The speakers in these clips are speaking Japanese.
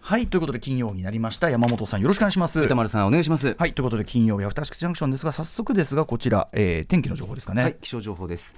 はいということで金曜になりました山本さんよろしくお願いします歌丸さんお願いします。はいということで金曜日アフターシックスジャンクションですが早速ですがこちら、えー天気の情報ですかね、はい、気象情報です。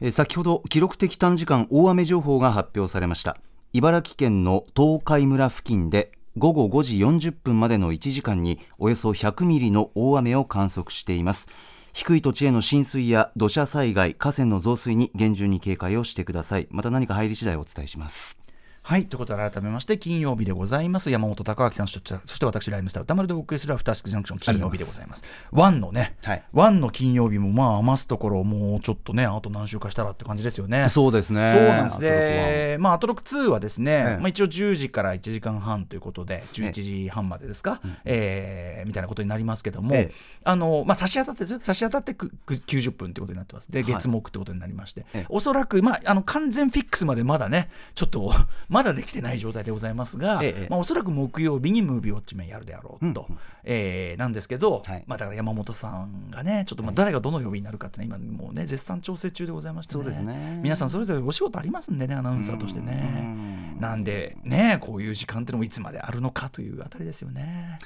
えー先ほど記録的短時間大雨情報が発表されました。茨城県の東海村付近で午後5時40分までの1時間におよそ100ミリの大雨を観測しています。低い土地への浸水や土砂災害、河川の増水に厳重に警戒をしてください。また何か入り次第お伝えします。はい、ということで改めまして金曜日でございます山本隆明さんそしてそして私ライムスター歌丸でお送りするアフターシックスジャンクション金曜日でございますワンのね、はいワンの金曜日もまあ余すところもうちょっとねあと何週かしたらって感じですよねそうですねそうなんです。アトロクはで、まあ、アトロック2はですね、えまあ、一応10時から1時間半ということで、11時半までですか、えーみたいなことになりますけども、ええあのまあ、差し当たってですよ、差し当たってくく90分ということになってます、で、月目ということになりまして、ええおそらく、まあ、あの完全フィックスまでまだね、ちょっと まだできてない状態でございますが、ええまあ、おそらく木曜日にムービーウォッチメンやるであろうと、えーなんですけど、はいまあ、だから山本さんがね、ちょっとまあ誰がどの曜日になるかって、ね、今、もうね、絶賛調整中でございまして、そうですね皆さんそれぞれお仕事ありますんでねアナウンサーとしてねなんでねこういう時間ってのもいつまであるのかというあたりですよね。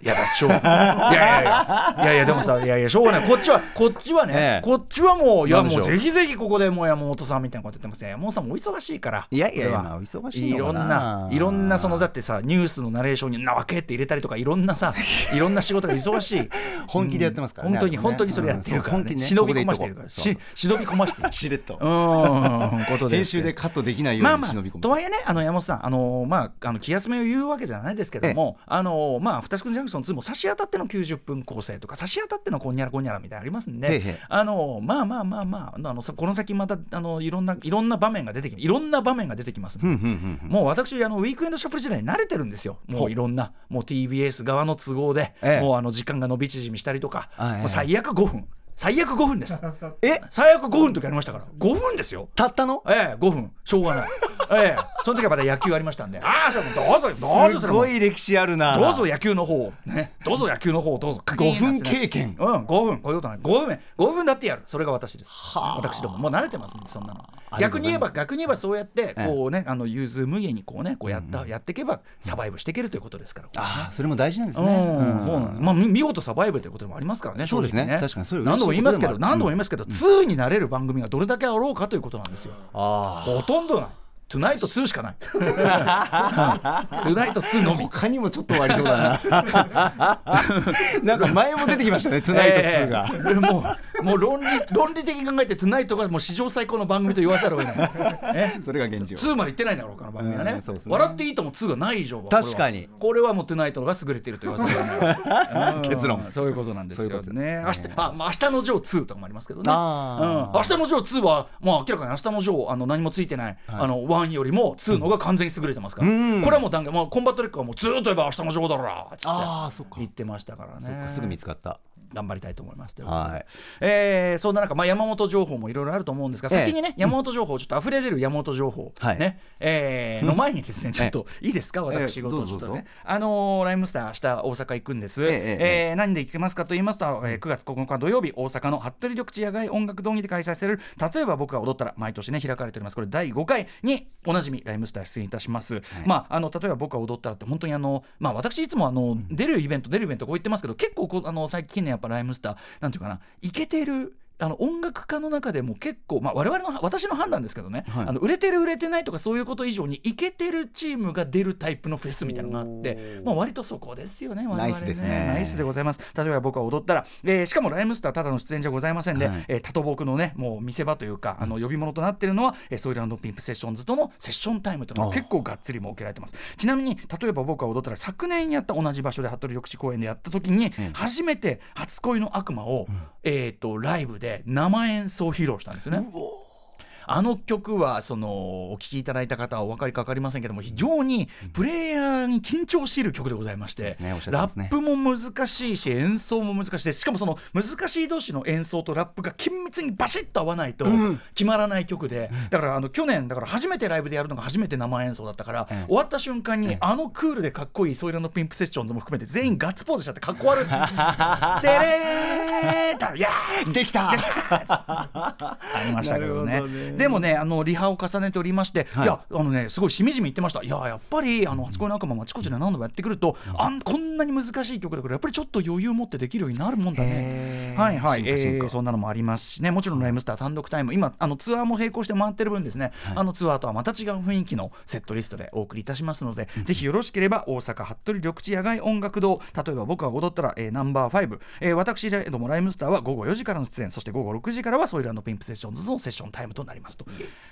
いやだしょういやいやいやいやいやでもさいやいやしょうがないこっちはこっちはね、ええこっちはもういやなんでもしょううぜひぜひここでもう山本さんみたいなこと言ってますね山本さんもお忙しいからいやいやこれはまあお忙しいのかないろんないろんなそのだってさニュースのナレーションに「なわけ」って入れたりとかいろんなさいろんな仕事が忙し い本気でやってますからね本当にあれも本ね当にそれやってるから、うんそう本気ねね忍び込ましてるからここでいいとこそうし忍び込ましてるしれっとうーんことで編集でカットできないよまあうにま忍び込あ、む。とはいえね、あの山本さん、あのまあ、あの気休めを言うわけじゃないですけども、あのまあ、ふたしくんジャンクション2も差し当たっての90分構成とか、差し当たってのこんにゃらこんにゃらみたいなのありますんえで、えあのまあまあまあまあ、あのさこの先またあのいろんないろんな場面が出てきいろんな場面が出てきますんで、もう私あの、ウィークエンドシャッフル時代に慣れてるんですよ、もういろんな、もう TBS 側の都合で、ええもうあの時間が伸び縮みしたりとか、あええもう最悪5分、最悪5分です。 え最悪5分の時ありましたから、5分ですよ。たったのええ、5分、しょうがない。ええ、その時はまだ野球ありましたんで、ああ、それもどうぞ、どうぞ、そすれもご。い歴史あるな。どうぞ野球の方を、ね、どうぞ野球の方をどうぞ、 5分経験うん、5分、こういうことない、5分、5分だってやる、それが私です。私ども、もう慣れてますんで、そんなの。ありが逆とうござに言えいますば、逆に言えば、そうやって、こうね、あの融通無碍に、こうね、こうやった、やっていけば、サバイブしていけるということですから。ああ、それも大事なんですうね。んうんそうなんです。まあ、み見事サバイブということでもありますからね。そうですね正直確かにそれ嬉し何度いも言いますけど、ことでもある何度も言いますけど、2になれる番組がどれだけあろうかということなんですよ。あほとんどない。トゥナイト2しかない。うんトゥナイト2のみ。他にもちょっと終わりそうだな。 なんか前も出てきましたね、トゥナイト2が。えーもうもう論理論理的に考えて、トゥナイトがもう史上最高の番組と言わざるを得ない。え それが現状。 2まで行ってないんだろうから、番組はうねんそうです。ね笑っていいとも2がない以上は。これは確かにこれはもうトゥナイトが優れていると言わざるを得ないうん。 結論そういうことなんですそういうよことね。明日、あ、まあ明日のジョー2とかもありますけどね。うんあー明日のジョー2は、まあ明らかに明日のジョー、あの何もついてない、あの1よりも2の方が完全に優れてますから。こうんれはもう断言、まあコンバットレックはもうずーっと言えば明日のジョーだろうなっつって。ああ、そっか。言ってましたからね。そっか、すぐ見つかった。頑張りたいと思いますということではい。えーそんな中、まあ、山本情報もいろいろあると思うんですが、ええ先にね、山本情報、ちょっと溢れ出る山本情報、はいねえーの前にです ね、ちょっといいですか、私事ええをどうちょぞっとどうねぞ、あのーライムスター、明日大阪行くんです、えええええー何で行きますかと言いますと、えー9月9日土曜日、大阪の服部緑地野外音楽堂にて開催される、例えば僕が踊ったら、毎年ね、開かれております、これ、第5回におなじみ、ライムスター出演いたします。まあ、あの例えば僕が踊ったらって、本当にあの、まあ、私、いつもあの出るイベント、出るイベント、こう言ってますけど、結構こうあの、最近ね、やっぱライムスター、なんていうかな、イケてる。あの音楽家の中でも結構、まあ、我々の私の判断ですけどね、はいあの売れてる売れてないとかそういうこと以上にイケてるチームが出るタイプのフェスみたいなのがあって、まあ、割とそこですよね我々ナイスですねナイスでございます例えば僕は踊ったら、えーしかもライムスターただの出演じゃございませんで、はいえータトボクのねもう見せ場というかあの呼び物となっているのは、えーソイルピンプセッションズとのセッションタイムというのが結構がっつり設けられてますちなみに例えば僕は踊ったら昨年やった同じ場所で服部緑地公園でやった時に、初めて「初恋の悪魔を」えー、とライブで生演奏を披露したんですよね。あの曲はそのお聴きいただいた方はお分かりか分かりませんけども非常にプレイヤーに緊張している曲でございましてすねおっしゃってラますねップも難しいし演奏も難しいですしかもその難しい同士の演奏とラップが緊密にバシッと合わないと決まらない曲でだからあの去年だから初めてライブでやるのが初めて生演奏だったから終わった瞬間にあのクールでかっこいいソイラのピンプセッションズも含めて全員ガッツポーズしちゃってかっこ 悪い。でれーだいやーできたありましたけどねなるほどねでもねあのリハを重ねておりまして、はいい、やあのねすごいしみじみ言ってましたいややっぱりあの初恋の悪魔もあちこちで何度もやってくると、あんこんなに難しい曲だからやっぱりちょっと余裕を持ってできるようになるもんだへねーはいはい進化進化えーそんなのもありますしねもちろんライムスター単独タイム今あのツアーも並行して回ってる分ですね、あのツアーとはまた違う雰囲気のセットリストでお送りいたしますので、ぜひよろしければ大阪服部緑地野外音楽堂例えば僕が踊ったら、えーナンバー5、えー、私どもライムスターは午後4時からの出演そして午後6時からはソイランドピンプセッションズのセッションタイムとなりますと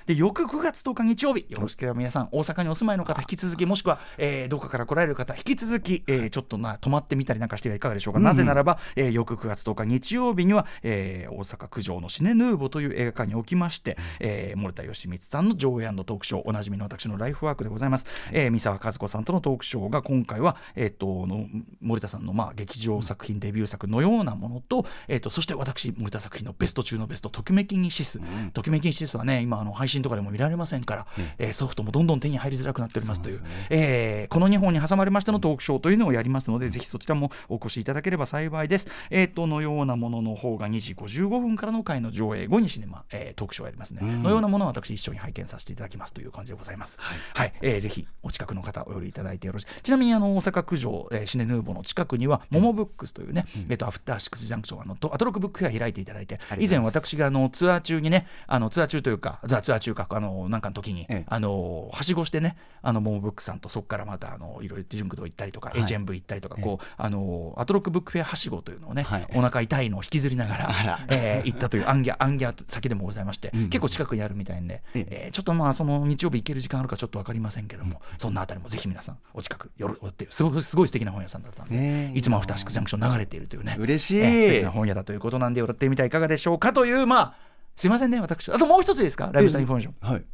で翌9月10日日曜日よろしければ皆さん大阪にお住まいの方引き続きもしくは、えーどこかから来られる方引き続き、えーちょっとな泊まってみたりなんかしてはいかがでしょうか、なぜならば、えー翌9月10日日曜日には、えー大阪九条のシネヌーボという映画館におきまして、えー、森田義満さんの上映トークショーおなじみの私のライフワークでございます、えー三沢和子さんとのトークショーが今回は、えー、との森田さんの、まあ、劇場作品デビュー作のようなものと,、えー、とそして私森田作品のベスト中のベスト「ときめきにシス」ときめきにシス」はね今あの配信とかでも見られませんから、えーソフトもどんどん手に入りづらくなっておりますというえーこの2本に挟まれましてのトークショーというのをやりますので、ぜひそちらもお越しいただければ幸いです。えーとのようなものの方が2時55分からの回の上映後にシネマ、えートークショーをやりますね。のようなものは私一緒に拝見させていただきますという感じでございます。はい、えーぜひお近くの方お寄りいただいてよろしい。ちなみにあの大阪九条、えーシネヌーボの近くにはモモブックスというね、えーとアフターシックスジャンクションあのとアトロックブックフェア開いていただいて、以前私があのツアー中にね、あのツアー中というか、ザツアー中かあのなんかの時に、ええあのはしごしてねあのモモブックさんとそこからまたあのいろいろジュンク堂行ったりとか、い HMV 行ったりとかこう、あのアトロックブックフェアはしごというのをね、はいお腹痛いのを引きずりながらえー行ったというアンギャアンギャ先でもございまして、結構近くにあるみたいんで、ええーちょっとまあその日曜日行ける時間あるかちょっと分かりませんけども、そんなあたりもぜひ皆さんお近く寄るっていうすごくすごい素敵な本屋さんだったんで、ねえいつもアフターシックスジャンクション流れているというね嬉しいえー素敵な本屋だということなんで寄ってみてはいかがでしょうかというまあすいませんね私あともう一ついいですかライブスタインフォメーションはい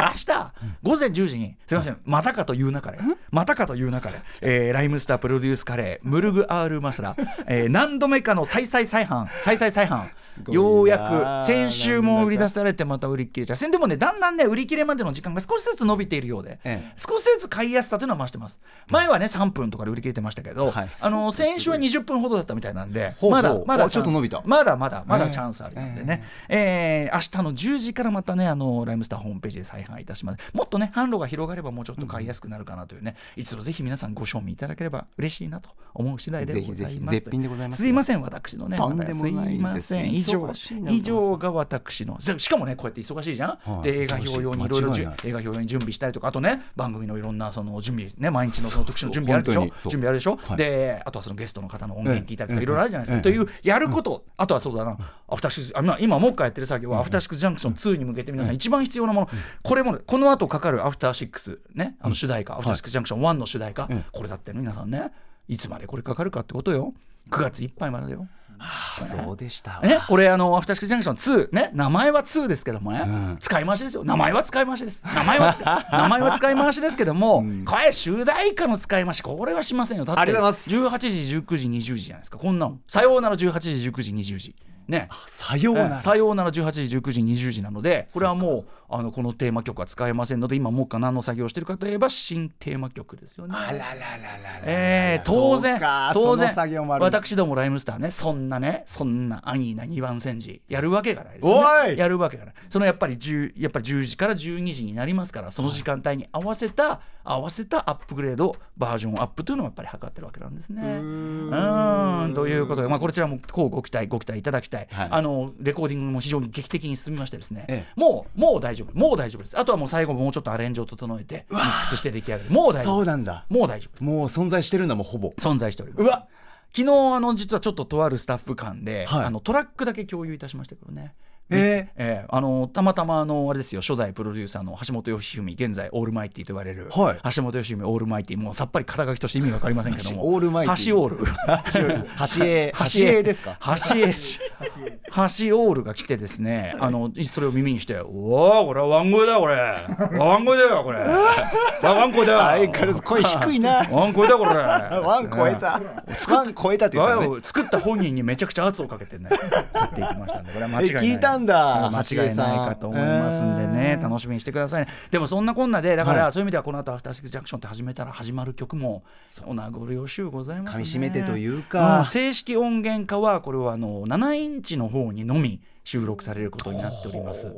明日午前10時に、すみません、またかというなかれ、またかというなかれ、えーライムスタープロデュースカレー、ムルグ・アール・マスラ、えー何度目かの再々再販、再々再販、ごいなあようやく、先週も売り出されて、また売り切れちゃう、でもね、だんだんね、売り切れまでの時間が少しずつ伸びているようで、ええ少しずつ買いやすさというのは増してます、前はね、3分とかで売り切れてましたけど、はいあの先週は20分ほどだったみたいなんで、ほうほうまだ、まだあちょっと伸びたまだまだ、まだチャンスありなんでね。えー明日の10時からまたね、あの、ライムスターホームページで再販いたします。もっとね、販路が広がればもうちょっと買いやすくなるかなというね、一度ぜひ皆さんご賞味いただければ嬉しいなと思う次第でございます。ぜひぜひ絶品でございますすいません、私のね、とんでもないですまたすいません。以上忙しい、な以上が私の、しかもね、こうやって忙しいじゃん。はいで、映画表用にいろいろ忙しいじゅ間違いない映画表用に準備したりとか、あとね、番組のいろんなその準備、ね、毎日のその特集の準備あるでしょ本当にそう準備あるでしょ、はいで、あとはそのゲストの方の音源聞いたりとえか、えいろいろあるじゃないですか。ええという、やること、あとはそうだな、アフターシックス、あまあ今、もう一回やってる作業は、アフターシックスジャンクション2に向けて皆さん一番必要なもの、これもね、この後かかるアフターシックス、ね、あの主題歌、アフターシックスジャンクション1の主題歌、これだってね皆さんね、いつまでこれかかるかってことよ。9月いっぱいまでだよ。あそうでしたわね、これあのアフターシックスジャンクション2ね名前は2ですけどもね、使い回しですよ名前は使い回しです名前は 使名前は使い回しですけども、これ主題歌の使い回しこれはしませんよだっありてがとうございます18時19時20時じゃないですかこんなのさようなら18時19時20時ねさようなら、さようなら18時19時20時なのでこれはもうあのこのテーマ曲は使えませんので今もうか何の作業をしてるかといえば新テーマ曲ですよねあららららららえー当そう然か、当その作業然、もあるんだ私どもライムスターね、そんなね、そんな安易な二番煎じ、やるわけがないですよおいね。やるわけがない。そのやっぱり10、やっぱり10時から12時になりますから、その時間帯に合わせた、合わせたアップグレード、バージョンアップというのをやっぱり測ってるわけなんですね。うーん、ということで、まあ、こちらもこうご期待、ご期待いただきたい。はいあの、レコーディングも非常に劇的に進みましてですね、ええもう、もう大丈夫、もう大丈夫です。あとはもう最後もうちょっとアレンジを整えて、ミックスして出来上がる。もう大丈そう夫。なんだもう大丈夫。もう存在してるんだもうほぼ存在しておりますうわ昨日あの実はちょっととあるスタッフ間で、はいあのトラックだけ共有いたしましたけどね。えーえーあのたまたまあのあれですよ初代プロデューサーの橋本良文現在オールマイティと言われる、はい橋本良文オールマイティもうさっぱり肩書きとして意味わかりませんけども橋オールマイティ橋オール橋絵橋絵ですか 橋江氏橋オールが来てですねあのそれを耳にして「おおこれはワンゴイだこれワンゴイだ よこれワンコイだよ相変わらず声低いなワンコイだこれ ワン超えたワン超えたって言った我ね々を作った本人にめちゃくちゃ圧をかけ てね、去っていきましたんで、これは間違いない。え聞いたんだ間違いないかと思いますんでね、楽しみにしてくださいね。でもそんなこんなで、だかはらそういう意味ではこの後アフターシックスジャンクションって始めたら始まる曲も、お名残惜しゅうございますね。噛み締めてというかん正式音源化はこれはあの7インチの方にのみ。収録されることになっております。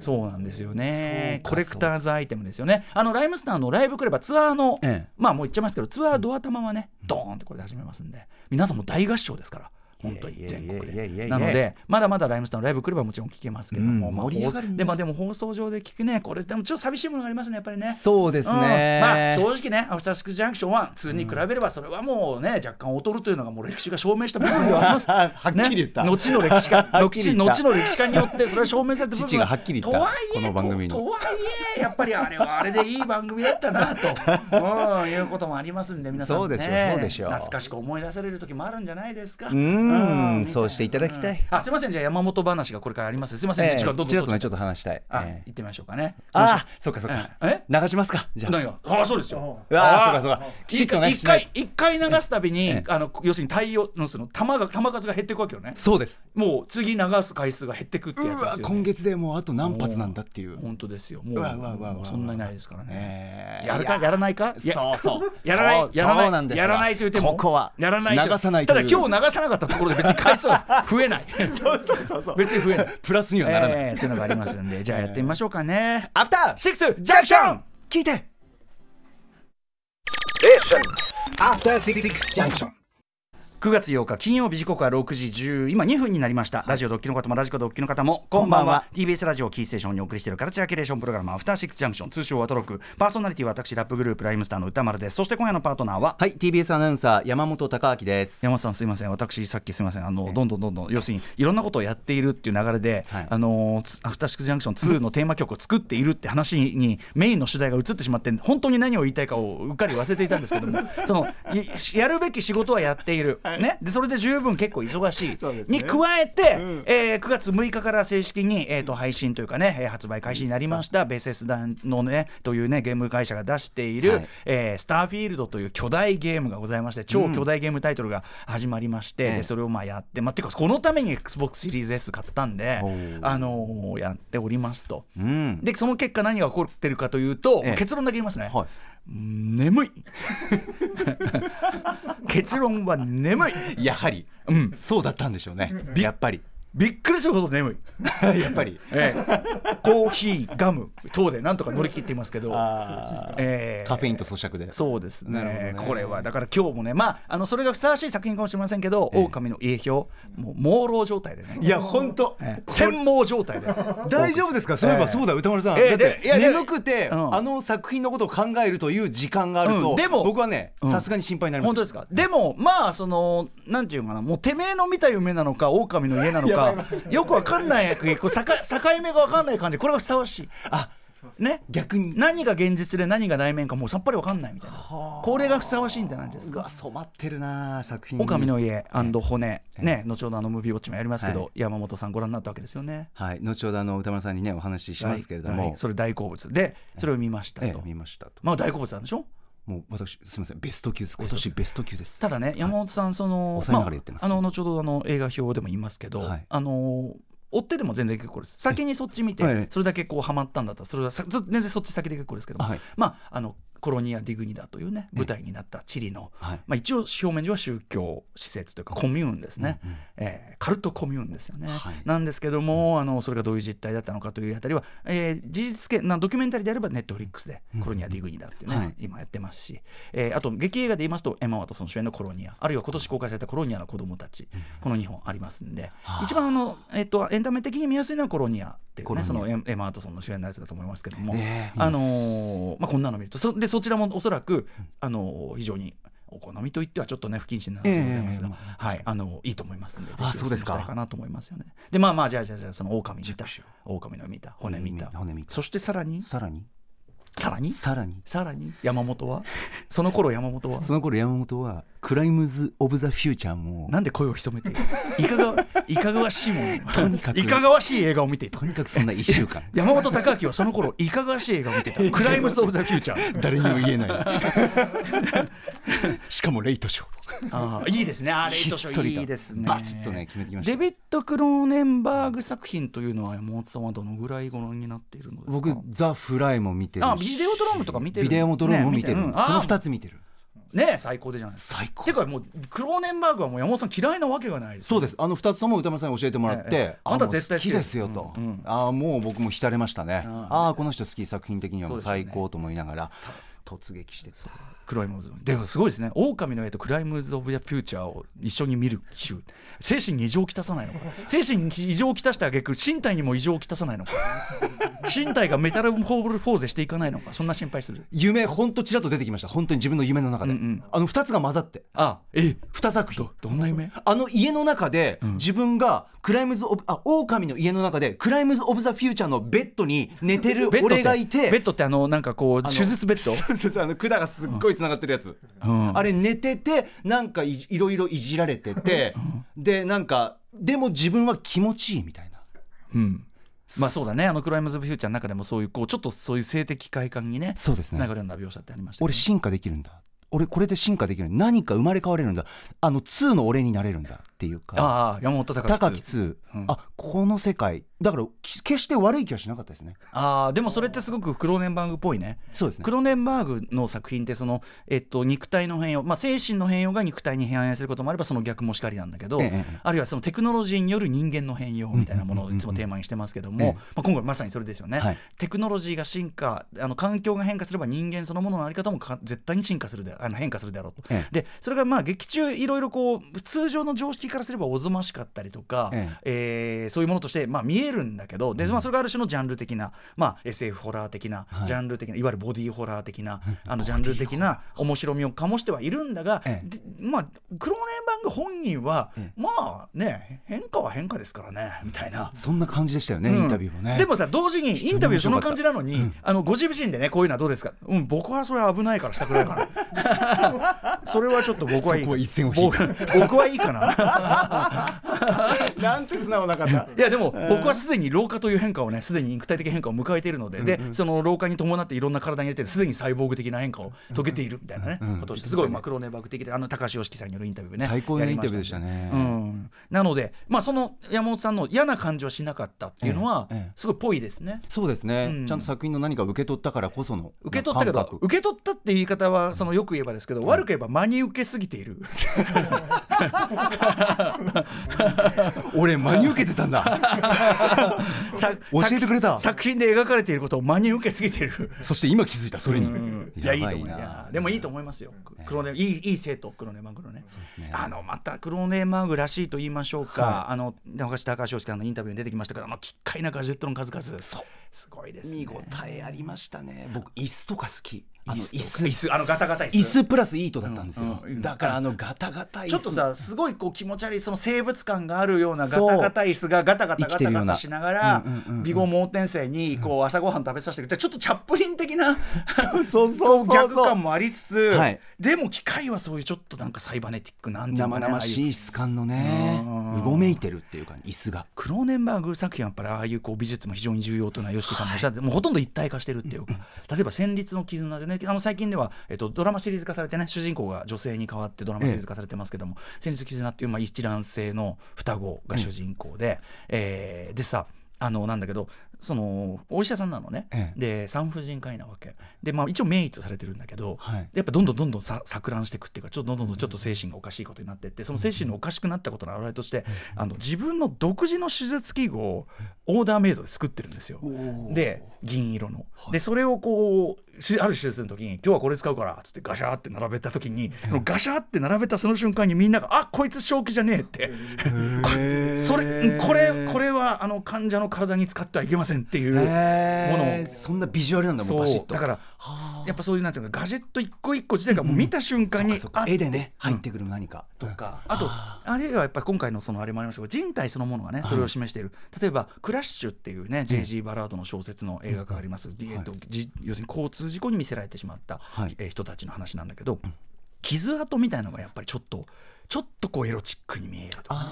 そうなんですよね。コレクターズアイテムですよね。あのライムスターのライブクレバツアーの、ええまあもう言っちゃいますけど、ツアードア玉はね、ドーンってこれで始めますんで、皆さんも大合唱ですから。本当いにやいや全いや国いやいやでいなやのでまだまだライムスターのライブ来ればもちろん聞けますけども、うんまあ盛り上がるねでもでも放送上で聞くねこれでもちょっと寂しいものがありますねやっぱりねそうですねんまあ正直ねアフターシックスジャンクションは2に比べればそれはもうね若干劣るというのがもう歴史が証明した部分ではありますはっきり言ったね後の歴史観 はっきり言った後の歴史観によってそれは証明された部分父がはっきり言ったとはいえこの番組にととはいえやっぱりあれはあれでいい番組だった なと、うん、いうこともありますんで皆さん、ね、そうでしょうそうでしょう懐かしく思い出される時もあるんじゃないですかうーんみたそうしていただきたいうんあすいませんじゃあ山本話がこれからありますすいません、ええ時間どんどちらんっとねちょっと話したいあ、ええ行ってみましょうかねあーそうかそうかえ流しますかじゃあ何があそうですようわーそうかそうかきちっとね一しない回一回流すたびに、えあの要するに太陽のその球が球数が減っていくわけよねそうですもう次流す回数が減ってくってやつですよ、ね、今月でもうあと何発なんだっていう本当ですよもううわうわうわうわもうそんなにないですからね、ええやるかやらないかいやそうそう やらないそうやらないそうなんですわやらないというてもここはやらないと流さないたとだいう今日流さなかったところで別に回数は増え ないそうそうそうそう別に増えないプラスにはならない、えーそういうのがありますんでじゃあやってみましょうかね、アフターシックスジャンクション聞いて After Six Junction. 9月8日金曜日時刻は6時10今2分になりましたラジオドッキの方もラジコドッキの方もこんばんはこんばんは TBS ラジオキーステーションにお送りしているカルチャーキュレーションプログラムアフターシックスジャンクション通称アトロクパーソナリティは私ラップグループライムスターの歌丸ですそして今夜のパートナーははい TBS アナウンサー山本貴明です山本さんすいません私さっきすいませんあのどんどんどんどん要するにいろんなことをやっているっていう流れで、はいあのつアフターシックスジャンクション2のテーマ曲を作っているって話にメインの主題が移ってしまって本当に何を言いたいかをうっかり忘れていたんですけど もそのいしやるべき仕事はやっている、ねでそれで十分結構忙しい、そうですねに加えて、えー9月6日から正式にえーと配信というかねえー発売開始になりましたベーセス団のねというねゲーム会社が出している、はいえースターフィールドという巨大ゲームがございまして超巨大ゲームタイトルが始まりまして、ええでそれをまあやって、まあ、ていうかこのために XBOX シリーズ S 買ったんでおー、あのーやっておりますと。うんでその結果何が起こってるかというと、ええ結論だけ言いますね、はいうん眠い 結論は眠いやはり、うんそうだったんでしょうねやっ ぱりびっくりするほど眠いやっぱりええ、コーヒーガム等でなんとか乗り切っていますけど、あーええカフェインと咀嚼でそうですなるほねどねこれはだから今日もねまああのそれがふさわしい作品かもしれませんけど「狼の家表」もう朦朧状態でねいや本当、ええ潜望状態で 大丈夫ですかそういえばええそうだ歌丸さん、ええだってでいやいや眠くて、うんあの作品のことを考えるという時間があると、うんでも僕はねんさすがに心配になります本当ですかでもまあそのなんていうのかなもうてめえの見た夢なのか狼の家なのかよくわかんないこう境境目がわかんない感じこれがふさわしいあね逆に何が現実で何が内面かもうさっぱりわかんないみたいなこれがふさわしいんじゃないですうかわ染まってるな作品に狼の家骨、ね、後ほどあのムービーウォッチもやりますけど、は山本さんご覧になったわけですよね。はい後ほどあの歌丸さんにねお話ししますけれどはいも、はいそれ大好物でそれを見ましたと、ええ見ましたとまあ大好物なんでしょもう私すみませんベスト級です今年ベスト級ですただね山本さんその、抑えながら言ってますあの後ほどあの映画表でも言いますけど、はいあの追ってでも全然結構です先にそっち見て、はいそれだけこうハマったんだったらそれはさず全然そっち先で結構ですけど、はいまああのコロニア・ディグニダというね舞台になったチリの、はいまあ、一応表面上は宗教施設というかコミューンですね、えーカルトコミューンですよね、はいなんですけどもあのそれがどういう実態だったのかというあたりは、えー事実系なドキュメンタリーであればネットフリックスで「コロニア・ディグニダ」っていうね、はい今やってますし、えーあと劇映画で言いますとエマ・ワトソン主演の「コロニア」あるいは今年公開された「コロニアの子供たち」この2本ありますんで、一番あの、えっとエンタメ的に見やすいのは「コロニア」っていうコロねニアそのエエマ・ワトソンの主演のやつだと思いますけども、ねえあのーまあ、こんなの見るとそでそちらもおそらく、あのー非常にお好みといってはちょっとね不謹慎な話でございますが、ええはい、あのいいと思いますんで、ぜひあそうですかお勧めしたいなと思いますよね。で、まあまあ、じゃあ、じゃあ、じゃあ、その狼見た熟知を、狼の見た、骨見た、骨見たそしてさらに、さらにさらに、さらにさらに、山本 は、その頃山本は、その頃山本はクライムズ・オブ・ザ・フューチャーもなんで声を潜めている、いかが、いかがわしいもの、とにかくいかがわしい映画を見ていたと。にかくそんな1 週間山本隆明はその頃いかがわしい映画を見ていた。クライムズ・オブ・ザ・フューチャー。誰にも言えない しかもレイトショーああいいですね、あれ、レイひっトショそりーといいですね。バチッとね決めてきましたデビッド・クローネンバーグ作品というのは山本さんはどのぐらいご覧になっているのですか僕ザ・フライも見てるしあビデオドロームとか見てるビデオドロームも見てる、ね見てるうんその2つ見てるねえ最高でじゃないですか最高てかもうクローネンバーグはもう山本さん嫌いなわけがないですそうですあの2つとも歌丸さんに教えてもらって、ええええああんたもう絶対好好ききですよと、うんうんああもう僕も浸れましたね、うんああこの人好き作品的にはもうそうです最よね高と思いながら、突撃してたクライムズでもすごいですね「狼の絵」と「クライムズ・オブ・ザ・フューチャー」を一緒に見る週精神に異常をきたさないのか精神に異常をきたした挙句身体にも異常をきたさないの か身体がメタルホールフォーゼしていかないのかそんな心配する夢ほんとちらっと出てきました本当に自分の夢の中で、うんうんあの2つが混ざってあえ2作品どんな夢あの家の中で、自分がクライムズ・オブあ狼の家の中でクライムズ・オブ・ザ・フューチャーのベッドに寝てるベッドって俺がいてベッドってあのなんかこうあの手術ベッドそうそうそうあの管がすっごいつながってるやつ、うんあれ寝ててなんかいいろいろいじられてて、でなんかでも自分は気持ちいいみたいなうんまあそうだねあの「クライムズ・オブ・フューチャー」の中でもそういうこうちょっとそういう性的快感にねそうですねつながるような描写ってありましたよ俺ね進化できるんだ俺これで進化できる何か生まれ変われるんだあの2の俺になれるんだっていうかああ山本隆高高木木2、うんあこの世界だからき決して悪い気はしなかったですねああでもそれってすごくクローネンバーグっぽいねそうですねクロネンバーグの作品ってその、えっと、肉体の変容、まあ、精神の変容が肉体に反映することもあればその逆もしかりなんだけど、ええええあるいはそのテクノロジーによる人間の変容みたいなものをいつもテーマにしてますけども、ええまあ、今回まさにそれですよね、はいテクノロジーが進化あの環境が変化すれば人間そのものの在り方もか絶対に進化するであの変化するであろうと、えでそれがまあ劇中いろいろこう通常の常識からすればおぞましかったりとか、ええーそういうものとして、まあ、見えるんだけどで、まあ、それがある種のジャンル的な、まあ、SF ホラー的な、はいジャンル的ないわゆるボディーホラー的なあのジャンル的な面白みを醸してはいるんだが、ええでまあ、クローネンバーグ本人は、えまあね変化は変化ですからねみたいな。そんな感じでしたよね、うんインタビューもねでもさ同時にインタビューその感じなのに、面白かあのご自身でねこういうのはどうですか、うん、僕はそれは危ないからしたくないから それはちょっと僕はいいそこは一線を引いた僕僕はいいかななんて素直な方いやでも僕はすでに老化という変化をねすでに肉体的変化を迎えているので、でその老化に伴っていろんな体に入れてるすでにサイボーグ的な変化を遂げているみたいなね、ことをしてすごいマクロネバグ的であの高橋良樹さんによるインタビューね最高のやりインまタビューでしたねうん、なのでまあその山本さんの嫌な感じはしなかったっていうのは、ええええすごいぽいですね。そうですね、うんちゃんと作品の何かを受け取ったからこその受け取ったけ感ど覚受け取ったっていう言い方はそのよく言えばですけど、悪く言えば真に受けすぎている俺真に受けてた んださ教えてくれた作品で描かれていることを真に受けすぎているそして今気づいたそれに、いやいいと思うばいなやでもいいと思いますよ、クロネいいいい生徒クロネマグロねねあのまたクロネマグらしいと言いましょうか、あの高橋高橋さんのインタビューに出てきましたけどあの奇怪なガジェットの数々そうすごいですね見応えありましたね僕椅子とか好きあの椅子椅とか椅子子あのガタガタ椅子椅子プラスイートだったんですよ、うんうんだからあのガタガタ椅子ちょっとさすごいこう気持ち悪いその生物感があるようなガそうタガタ椅子がガタガタ生きガてるタよガうなタしながらうんうんうんうん美貌盲点生にこう朝ごはん食べさせてくれてちょっとチャップリン的なそうそうそうそうこ逆感もありつつはいでも機械はそういうちょっとなんかサイバネティックなんていうの生かね々しい質感のねうんうごめいてるっていうか椅子がクローネンバーグ作品はやっぱりああいうこう美術も非常に重要というのは YOSHIKI さんもおっしゃって、もうほとんど一体化してるっていうか例えば「戦慄の絆」でねあの最近では、えっと、ドラマシリーズ化されてね主人公が女性に変わってドラマシリーズ化されてますけども「戦慄の絆」っていう、まあ、一卵性の双子が主人公で、えーでさあのなんだけどそのお医者さんなのね、ええで産婦人科医なわけで、まあ、一応名医とされてるんだけど、はいやっぱどんどんどんどんさ錯乱していくっていうかちょっとどんどんどんちょっと精神がおかしいことになっていってその精神のおかしくなったことの表れとしてあの自分の独自の手術器具をオーダーメイドで作ってるんですよ。で銀色の。でそれをこうしある手術の時に「今日はこれ使うから」っつってガシャーって並べた時にそのガシャーって並べたその瞬間にみんなが「あこいつ正気じゃねえ」って「これそれこれこれはあの患者の体に使ってはいけません」っていうものをへーそんなビジュアルなんだもうバシそッうとだからはあやっぱそういうなんていうのかガジェット一個一個自体がもう見た瞬間にそっかあそっか絵でねうん入ってくる何かとかあとあるいはやっぱ今回のそのあれもありましたけど人体そのものがねそれを示している例えば「クラッシュ」っていうね J.G. バラードの小説の映画がありますえっとじ要するに交通事故に見せられてしまったはいえー人たちの話なんだけど傷跡みたいなのがやっぱりちょっとちょっとこうエロチックに見えるとかね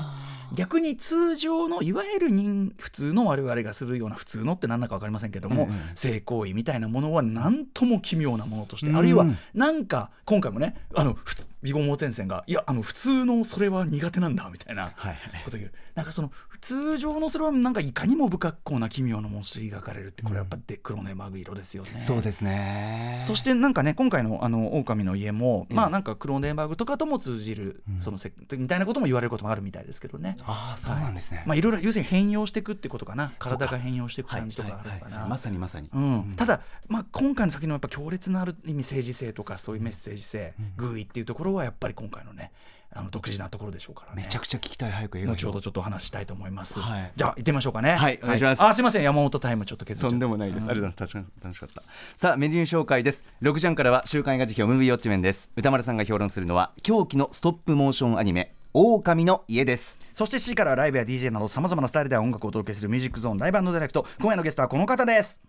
逆に通常のいわゆる人普通の我々がするような普通のって何だか分かりませんけども、性行為みたいなものは何とも奇妙なものとして、うんあるいはなんか今回もねあのふつ美貌盲点線がいやあの普通のそれは苦手なんだみたいなはいこと言う、なんかその通常のそれはなんかいかにも不格好な奇妙なものに描かれるってこれやっぱで黒のマグ色ですよね。そうですねそしてなんかね今回の「あの狼の家も」まあなんかクローネンバーグとかとも通じるそのせ、みたいなことも言われることもあるみたいですけどね。ああそうなんですね、まあいろいろ要するに変容していくってことかなそうか体が変容していくはい感じとかあるのかはいは。ないまさにまさに、うん、ただ、まあ、今回の先のやっぱ強烈なある意味政治性とかそういうメッセージ性、寓意っていうところはやっぱり今回のねあの独自なところでしょうからねめちゃくちゃ聞きたい早く映画後ほどちょっとお話ししたいと思います、はいじゃあ行ってみましょうかねはいお願いしますあすいません山本タイムちょっと削っちゃとったんでもないです。ありがとうございます。楽しかった。さあ、メニュー紹介です。6時半からは週刊映画辞表ムービーウォッチメンです。歌丸さんが評論するのは、狂気のストップモーションアニメ、狼の家です。そして7時からはライブや DJ などさまざまなスタイルで音楽をお届けするミュージックゾーンライブディレクト今夜のゲストはこの方です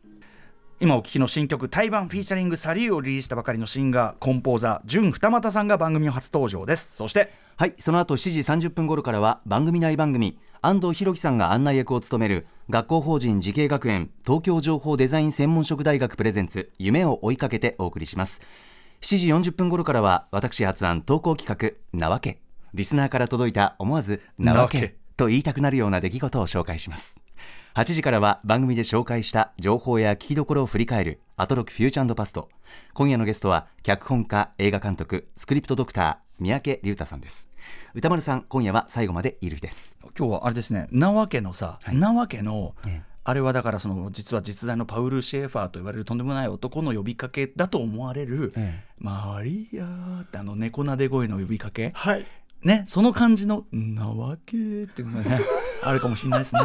今お聴きの新曲「台湾フィーチャリングサリュー」をリリースしたばかりのシンガーコンポーザー純二俣さんが番組を初登場ですそしてはい、その後7時30分頃からは番組内番組、安藤博樹さんが案内役を務める、学校法人慈恵学園東京情報デザイン専門職大学プレゼンツ、夢を追いかけてお送りします。7時40分頃からは、私発案投稿企画、なわけ。リスナーから届いた思わず、なわなわけけ。と言いたくなるような出来事を紹介します8時からは番組で紹介した情報や聞きどころを振り返るアトロックフューチャーパスト今夜のゲストは脚本家映画監督スクリプトドクター三宅龍太さんです歌丸さん今夜は最後までいる日です今日はあれですねなわけのさ、なわけの、ええあれはだからその実は実在のパウル・シェーファーと言われるとんでもない男の呼びかけだと思われる「えマリア」ってあの猫なで声の呼びかけ、はいねその感じの「なわけ」っていうのがねあるかもしれないですね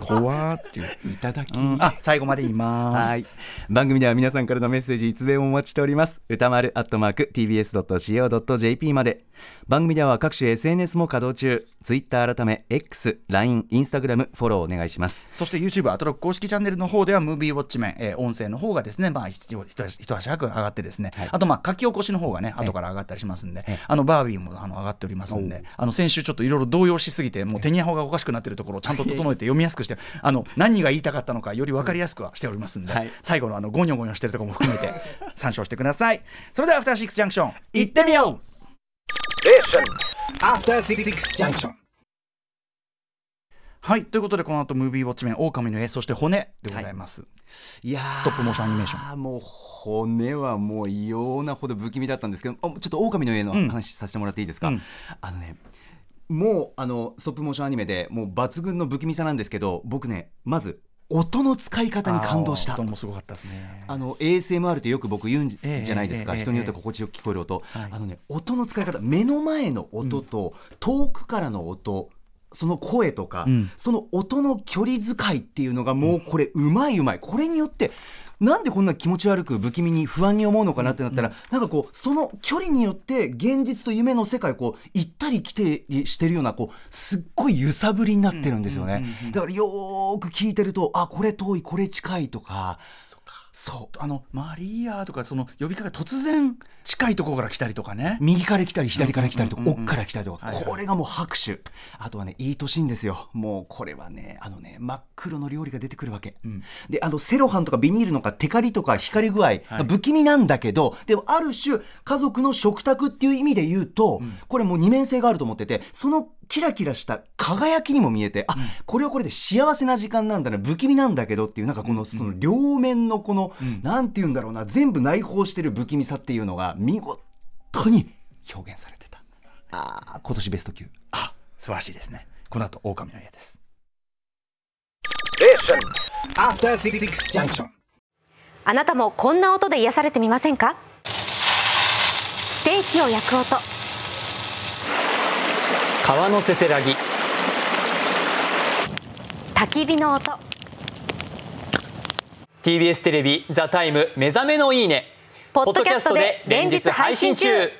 怖ーっていう、いただきうんあ最後まで言いますはい。番組では皆さんからのメッセージいつでもお待ちしております。歌丸アットマーク tbs.co.jp まで。番組では各種 SNS も稼働中。Twitter 改め X、LINE、Instagram フォローお願いします。そして YouTube アトロック公式チャンネルの方ではムービーウォッチメン、えー音声の方がですね、まあ、一一足一足早く上がってですね、あとまあ書き起こしの方がね後から上がったりしますんで、あのバービーもあの上がっておりますんであの先週ちょっといろいろ動揺しすぎてもう手にアホがおかしくなってるところをちゃんと整えて読みやすくしてあの何が言いたかったのかより分かりやすくはしておりますんで、はい最後のあのゴニョゴニョしてるところも含めて参照してくださいそれでは「アフターシックスジャンクション」いってみよう After Six Junction. はいということでこの後ムービーウォッチメン狼の絵そして骨でございます、いやストップモーションアニメーションン。もう骨はもう異様なほど不気味だったんですけど、あちょっと狼の家のうん話させてもらっていいですか。うんあのね。もうあのストップモーションアニメでもう抜群の不気味さなんですけど僕ねまず音の使い方に感動したあー音もすごかったですねあの ASMR ってよく僕言うんじええじゃないですか、ええ人によって心地よく聞こえる音、はいあのね音の使い方目の前の音と、遠くからの音その声とか、うんその音の距離使いっていうのがもうこれうまいうまいこれによってなんでこんな気持ち悪く不気味に不安に思うのかなってなったら、なんかこうその距離によって現実と夢の世界をこう行ったり来てりしてるようなこうすっごい揺さぶりになってるんですよね、だからよーく聞いてるとあこれ遠いこれ近いとかそうあのマリアとかその呼びかけ突然近いところから来たりとかね。右から来たり左から来たりとかうんうんうんうん奥から来たりとかはいはいこれがもう拍手あとはねいい年ですよもうこれはねあのね真っ黒の料理が出てくるわけんであのセロハンとかビニールのかテカリとか光り具合はい不気味なんだけどでもある種家族の食卓っていう意味で言うとこれもう二面性があると思っててそのキラキラした輝きにも見えてあこれはこれで幸せな時間なんだな不気味なんだけどっていうなんかこのその両面のこのなんて言うんだろうな全部内包してる不気味さっていうのが見事本当に表現されてたああ今年ベスト級あ素晴らしいですね。この後狼の家です。 After Six Junction. あなたもこんな音で癒されてみませんかステーキを焼く音川のせせらぎ焚き火の音 TBS テレビ「ザタイム目覚めのいいね」ポッドキャストで連日配信中